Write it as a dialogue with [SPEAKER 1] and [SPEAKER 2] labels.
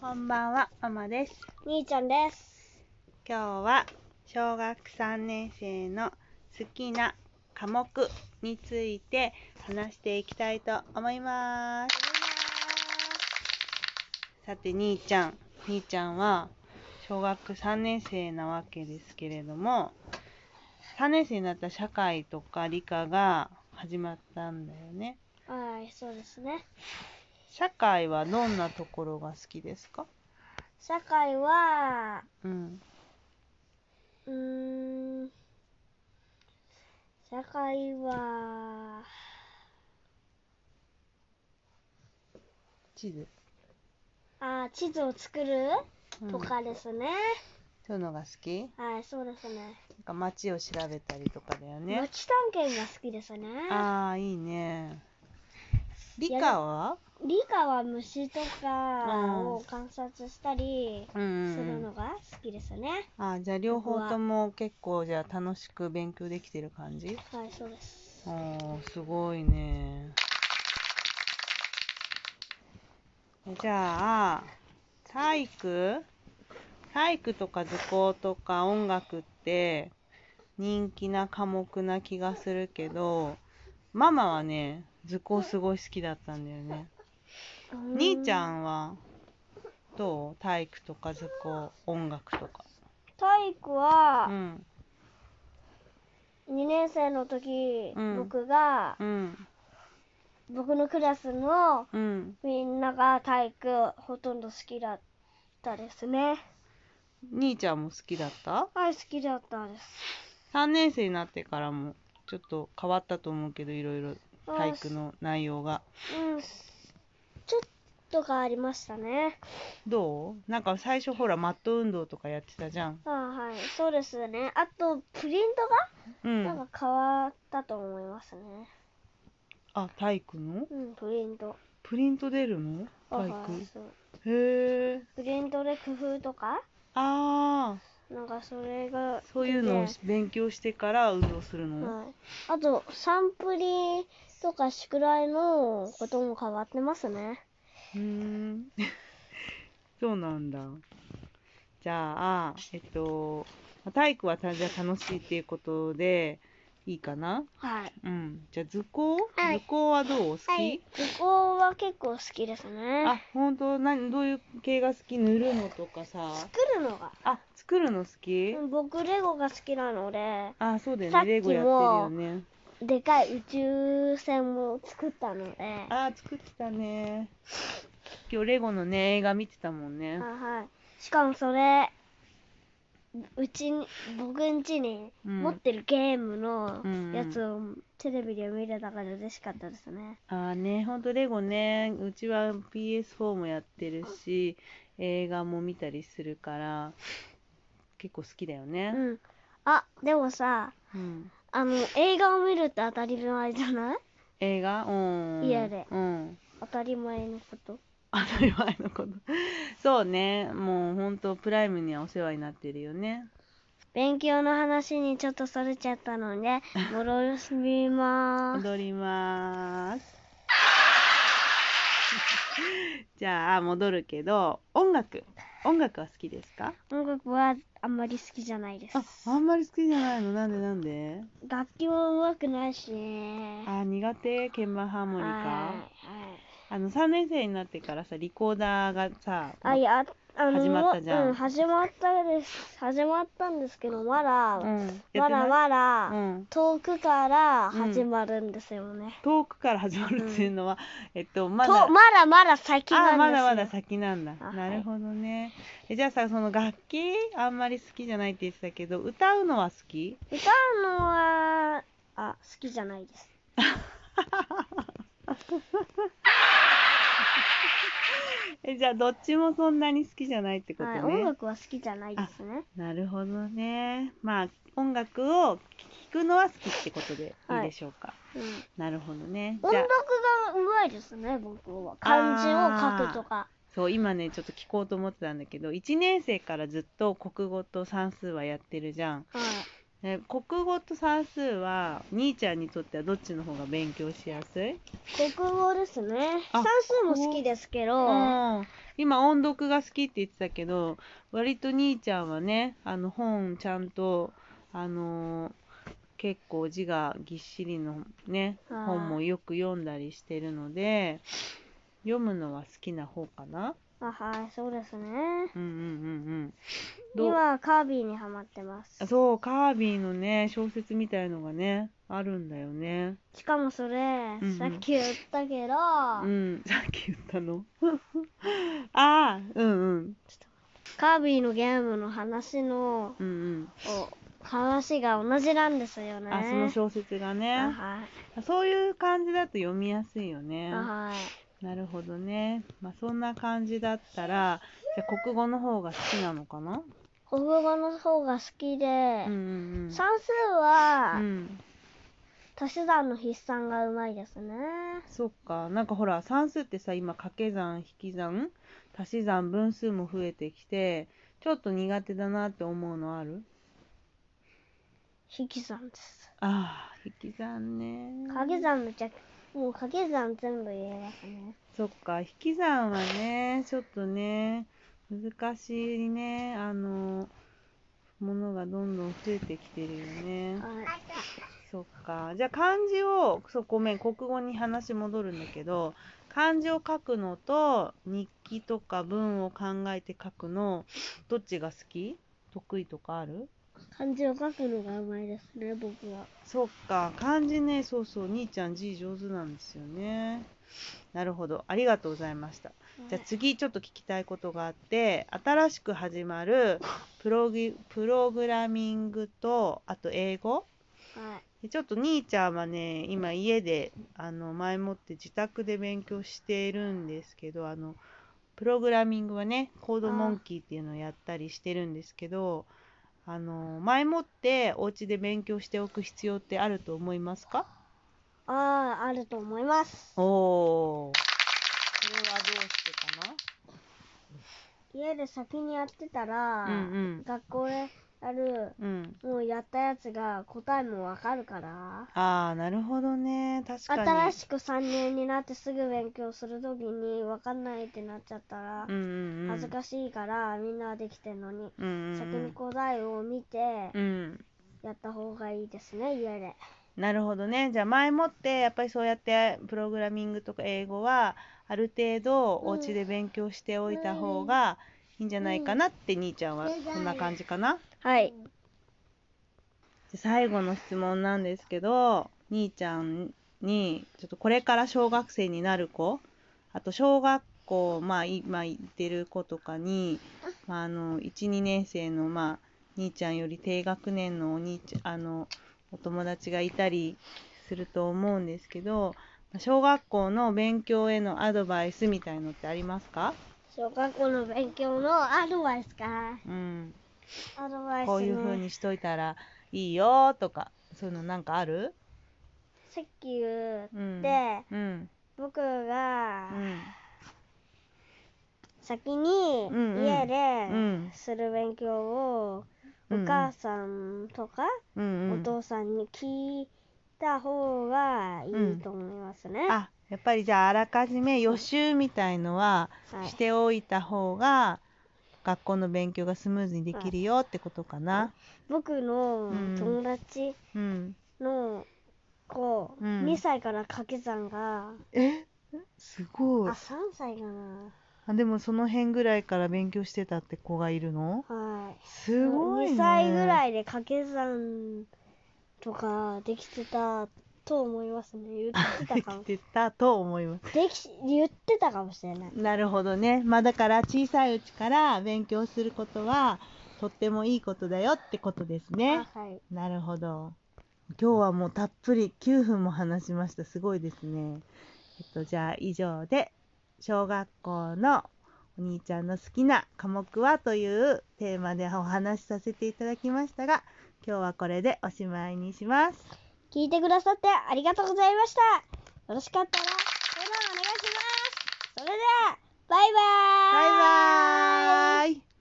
[SPEAKER 1] こんばんは、ママです。
[SPEAKER 2] みーちゃんです。
[SPEAKER 1] 今日は小学3年生の好きな科目について話していきたいと思います。さて、兄ちゃん。兄ちゃんは小学3年生なわけですけれども、3年生になったら社会とか理科が始まったんだよね。
[SPEAKER 2] はい、そうですね。
[SPEAKER 1] 社会はどんなところが好きですか
[SPEAKER 2] 社会は、
[SPEAKER 1] うん。
[SPEAKER 2] うーん、社会は、
[SPEAKER 1] 地図。
[SPEAKER 2] あー、地図を作る
[SPEAKER 1] うん
[SPEAKER 2] とかですね。
[SPEAKER 1] そういうのが好き
[SPEAKER 2] はい、そうですね。
[SPEAKER 1] なんか街を調べたりとかだよね。
[SPEAKER 2] 街探検が好きですね。
[SPEAKER 1] ああ、いいね。理科は
[SPEAKER 2] 理科は虫とか
[SPEAKER 1] うん
[SPEAKER 2] を観察したり
[SPEAKER 1] うん
[SPEAKER 2] す
[SPEAKER 1] う
[SPEAKER 2] る
[SPEAKER 1] んう
[SPEAKER 2] の
[SPEAKER 1] ん。
[SPEAKER 2] が好きですね。
[SPEAKER 1] あーじゃあ両方とも結構じゃあ楽しく勉強できてる感じ
[SPEAKER 2] はい、そうです。
[SPEAKER 1] おー、すごいね。じゃあ、体育体育とか図工とか音楽って人気な科目な気がするけど、ママはね、図工すごい好きだったんだよね。兄ちゃ
[SPEAKER 2] うん
[SPEAKER 1] はどう体育とか図工、音楽とか。
[SPEAKER 2] 体育は、
[SPEAKER 1] うん。
[SPEAKER 2] 2年生の時、
[SPEAKER 1] うん
[SPEAKER 2] 僕が
[SPEAKER 1] うん。
[SPEAKER 2] 僕のクラスの
[SPEAKER 1] うん。
[SPEAKER 2] みんなが体育ほとんど好きだったですね
[SPEAKER 1] 兄ちゃんも好きだった
[SPEAKER 2] はい好きだったです
[SPEAKER 1] 3年生になってからもちょっと変わったと思うけどいろいろ体育の内容が
[SPEAKER 2] うんちょっと変わりましたね
[SPEAKER 1] どうなんか最初ほらマット運動とかやってたじゃん
[SPEAKER 2] あはいそうですねあとプリン
[SPEAKER 1] う
[SPEAKER 2] トがなんんか変わったと思いますね
[SPEAKER 1] あ体育の
[SPEAKER 2] うんプリント
[SPEAKER 1] プリント出るの
[SPEAKER 2] あは
[SPEAKER 1] 体
[SPEAKER 2] い
[SPEAKER 1] 育
[SPEAKER 2] そう
[SPEAKER 1] へえ
[SPEAKER 2] プリントで工夫とか
[SPEAKER 1] ああ
[SPEAKER 2] なんかそれが
[SPEAKER 1] そういうのを
[SPEAKER 2] で
[SPEAKER 1] 勉強してから運動するの
[SPEAKER 2] はい、あとサンプリとか宿題のことも変わってますね
[SPEAKER 1] うーんそうなんだじゃあえっと体育はたじゃあ楽しいっていうことでいいかな
[SPEAKER 2] はい
[SPEAKER 1] うん、じゃあ図工、
[SPEAKER 2] はい
[SPEAKER 1] 図工はどう好き、
[SPEAKER 2] はい図工は結構好きです
[SPEAKER 1] あ
[SPEAKER 2] ね、
[SPEAKER 1] 本当何どういう系が好き塗るのとかさ。
[SPEAKER 2] 作るのが
[SPEAKER 1] あ、作るの好き、
[SPEAKER 2] うん僕レゴが好きなので
[SPEAKER 1] あ、そうだよ
[SPEAKER 2] さっ
[SPEAKER 1] ね。
[SPEAKER 2] き
[SPEAKER 1] レゴやってるよね。
[SPEAKER 2] でかい宇宙船も作ったのであ
[SPEAKER 1] あ、作ってたね。今日レゴのね、映画見てたもんね。
[SPEAKER 2] はいしかもそれうちに僕ん家に
[SPEAKER 1] うん
[SPEAKER 2] 持ってるゲーム
[SPEAKER 1] うん
[SPEAKER 2] のやつをテレビで見れたから嬉しかったですね、
[SPEAKER 1] あーね、ほんとレゴね、うちは PS4 もやってるし、映画も見たりするから、結構好きだよ
[SPEAKER 2] う
[SPEAKER 1] ね。
[SPEAKER 2] ん、あでもさ
[SPEAKER 1] うん。
[SPEAKER 2] あの映画を見るって当たり前じゃない
[SPEAKER 1] 映画うん。
[SPEAKER 2] 家で
[SPEAKER 1] うん。
[SPEAKER 2] 当たり前のこと
[SPEAKER 1] 当たり前のことそうねもうほんとプライムにはお世話になってるよね
[SPEAKER 2] 勉強の話にちょっとそれちゃったの で戻りまーす
[SPEAKER 1] 戻りまーす じゃあ戻るけど音楽音楽は好きですか
[SPEAKER 2] 音楽はあんまり好きじゃないです
[SPEAKER 1] ああんまり好きじゃないのなんでなんで
[SPEAKER 2] 楽器も上手くないしね
[SPEAKER 1] あ苦手鍵盤ハーモニカ
[SPEAKER 2] はい
[SPEAKER 1] あの3年生になってからさリコーダーがさ
[SPEAKER 2] はいあいやあの
[SPEAKER 1] 始まったじゃん
[SPEAKER 2] もううん、始まったです始まったんですけどまだ、
[SPEAKER 1] うんやっ
[SPEAKER 2] ま
[SPEAKER 1] てな
[SPEAKER 2] だ
[SPEAKER 1] い
[SPEAKER 2] まだ、
[SPEAKER 1] うん
[SPEAKER 2] 遠くから始まるんですよね、
[SPEAKER 1] 遠くから始まるっていうのは、えっとま
[SPEAKER 2] と
[SPEAKER 1] だ
[SPEAKER 2] まだまだ先なんで
[SPEAKER 1] あ
[SPEAKER 2] すよ
[SPEAKER 1] まだまだ先なんだ
[SPEAKER 2] あはい
[SPEAKER 1] なるほどねえじゃあさその楽器あんまり好きじゃないって言ってたけど歌うのは好き
[SPEAKER 2] 歌うのはあ好きじゃないです
[SPEAKER 1] えじゃあどっちもそんなに好きじゃないってことね、
[SPEAKER 2] はい、音楽は好きじゃないですね
[SPEAKER 1] なるほどねまあ音楽を聴くのは好きってことでいいでしょうか、
[SPEAKER 2] うん
[SPEAKER 1] なるほどね
[SPEAKER 2] 音
[SPEAKER 1] じゃあ
[SPEAKER 2] 読が上手いですね僕は漢字を書くとか
[SPEAKER 1] そう今ねちょっと聞こうと思ってたんだけど1年生からずっと国語と算数はやってるじゃん
[SPEAKER 2] はい
[SPEAKER 1] え国語と算数は兄ちゃんにとってはどっちの方が勉強しやすい
[SPEAKER 2] 国語ですね。
[SPEAKER 1] あ
[SPEAKER 2] 算数も好きですけど、
[SPEAKER 1] うん、今音読が好きって言ってたけど割と兄ちゃんはねあの本ちゃんとあのー結構字がぎっしりのね
[SPEAKER 2] あー
[SPEAKER 1] 本もよく読んだりしてるので読むのは好きな方かな
[SPEAKER 2] あはい、そうですね。
[SPEAKER 1] うんうんうんうんどう
[SPEAKER 2] 今、カービィにハマってます
[SPEAKER 1] あ。そうカービィのね小説みたいのがねあるんだよね
[SPEAKER 2] しかもそれ、
[SPEAKER 1] んうん
[SPEAKER 2] さっき言ったけど、
[SPEAKER 1] うんさっき言ったの ああうんうん
[SPEAKER 2] カービィのゲームの話の、
[SPEAKER 1] うんうん
[SPEAKER 2] お話が同じなんですよね。
[SPEAKER 1] あその小説がね
[SPEAKER 2] あはい。
[SPEAKER 1] そういう感じだと読みやすいよね。
[SPEAKER 2] あはい。
[SPEAKER 1] なるほどね。まあ、そんな感じだったら、じゃあ国語の方が好きなのかな
[SPEAKER 2] 国語の方が好きで、
[SPEAKER 1] うんうんうん。
[SPEAKER 2] 算数は、
[SPEAKER 1] うん、
[SPEAKER 2] 足し算の筆算がうまいですね。
[SPEAKER 1] そっか。なんかほら、算数ってさ、今、掛け算、引き算、足し算、分数も増えてきて、ちょっと苦手だなって思うのある
[SPEAKER 2] 引き算です。
[SPEAKER 1] ああ、引き算ね。
[SPEAKER 2] 掛け算めちゃく、もう掛け算全部言えますね。
[SPEAKER 1] そっか、引き算はね、ちょっとね、難しいね、あの、ものがどんどん増えてきてるよね。
[SPEAKER 2] はい。
[SPEAKER 1] そっか。じゃあ漢字を、そうごめん、国語に話戻るんだけど、漢字を書くのと、日記とか文を考えて書くの、どっちが好き得意とかある
[SPEAKER 2] 漢字を書くのがうまいですね、僕は。
[SPEAKER 1] そっか、漢字ね、そうそう、兄ちゃん字上手なんですよね。なるほど、ありがとうございました。じゃあ次ちょっと聞きたいことがあって、新しく始まるプログプログラミングと、あと英語
[SPEAKER 2] はい。
[SPEAKER 1] でちょっと兄ちゃんはね、今家で、あの、前もって自宅で勉強しているんですけど、あの、プログラミングはね、コードモンキーっていうのをやったりしてるんですけど、あの、前もってお家で勉強しておく必要ってあると思いますか
[SPEAKER 2] ああ、あると思います。
[SPEAKER 1] おー。それはどうしてか
[SPEAKER 2] 家で先にやってたら、
[SPEAKER 1] うんうん
[SPEAKER 2] 学校でやる、
[SPEAKER 1] なうん。
[SPEAKER 2] もうやったやつが答えもわかるから。
[SPEAKER 1] あー、なるほどね。確かに。
[SPEAKER 2] 新しく3年になってすぐ勉強するときに分かんないってなっちゃったら
[SPEAKER 1] うんうんうん。
[SPEAKER 2] 恥ずかしいからみんなはできてんのに
[SPEAKER 1] うんうんうん
[SPEAKER 2] 先に答えを見て
[SPEAKER 1] うん。
[SPEAKER 2] やった方がいいですね家で
[SPEAKER 1] なるほどね。じゃあ前もってやっぱりそうやってプログラミングとか英語はある程度お家で勉強しておいた方がいいんじゃないかなって兄ちゃんはこんな感じかな。
[SPEAKER 2] はい
[SPEAKER 1] で最後の質問なんですけど、兄ちゃんにちょっとこれから小学生になる子、あと小学校、まあ今行ってる子とかに、まああの、1、2年生のまあ兄ちゃんより低学年のお兄ちゃん、あの、お友達がいたりすると思うんですけど、まあ小学校の勉強へのアドバイスみたいのってありますか
[SPEAKER 2] 小学校の勉強のアドバイスか
[SPEAKER 1] うん。
[SPEAKER 2] アドバイスね
[SPEAKER 1] こういう風にしといたらいいよとか、そういうのなんかある
[SPEAKER 2] さっき言っ
[SPEAKER 1] うん。
[SPEAKER 2] て、
[SPEAKER 1] うん。
[SPEAKER 2] 僕が
[SPEAKER 1] うん
[SPEAKER 2] 先に
[SPEAKER 1] うんうん
[SPEAKER 2] 家
[SPEAKER 1] うん
[SPEAKER 2] でする勉強をお母さんとか、
[SPEAKER 1] うんう
[SPEAKER 2] お
[SPEAKER 1] ん、
[SPEAKER 2] 父さんに聞いた方がいいと思いますね。
[SPEAKER 1] あやっぱりじゃああらかじめ予習みたいのは
[SPEAKER 2] はい
[SPEAKER 1] しておいた方が学校の勉強がスムーズにできるよってことかな。
[SPEAKER 2] 僕の
[SPEAKER 1] うん
[SPEAKER 2] 友達
[SPEAKER 1] うん、
[SPEAKER 2] の子、
[SPEAKER 1] うん
[SPEAKER 2] 2歳から掛け算が、
[SPEAKER 1] えすご
[SPEAKER 2] あ、
[SPEAKER 1] い
[SPEAKER 2] 3歳かな。
[SPEAKER 1] あでもその辺ぐらいから勉強してたって子がいるの
[SPEAKER 2] はい。
[SPEAKER 1] すごいね。
[SPEAKER 2] 2歳ぐら
[SPEAKER 1] い。
[SPEAKER 2] いで掛け算とかできてたと思いますね。言ってた
[SPEAKER 1] で
[SPEAKER 2] かも。
[SPEAKER 1] きてたと思います。
[SPEAKER 2] でき、言ってたかもしれない。
[SPEAKER 1] なるほどね。まあだから小さいうちから勉強することはとってもいいことだよってことですね。
[SPEAKER 2] あはい。
[SPEAKER 1] なるほど。今日はもうたっぷり9分も話しました。すごいですね。えっと、じゃあ以上で、小学校のお兄ちゃんの好きな科目はというテーマでお話しさせていただきましたが、今日はこれでおしまいにします。
[SPEAKER 2] 聞いてくださってありがとうございました。よろしかったら、フォローお願いします。それでは、バイバーイ
[SPEAKER 1] バイバーイ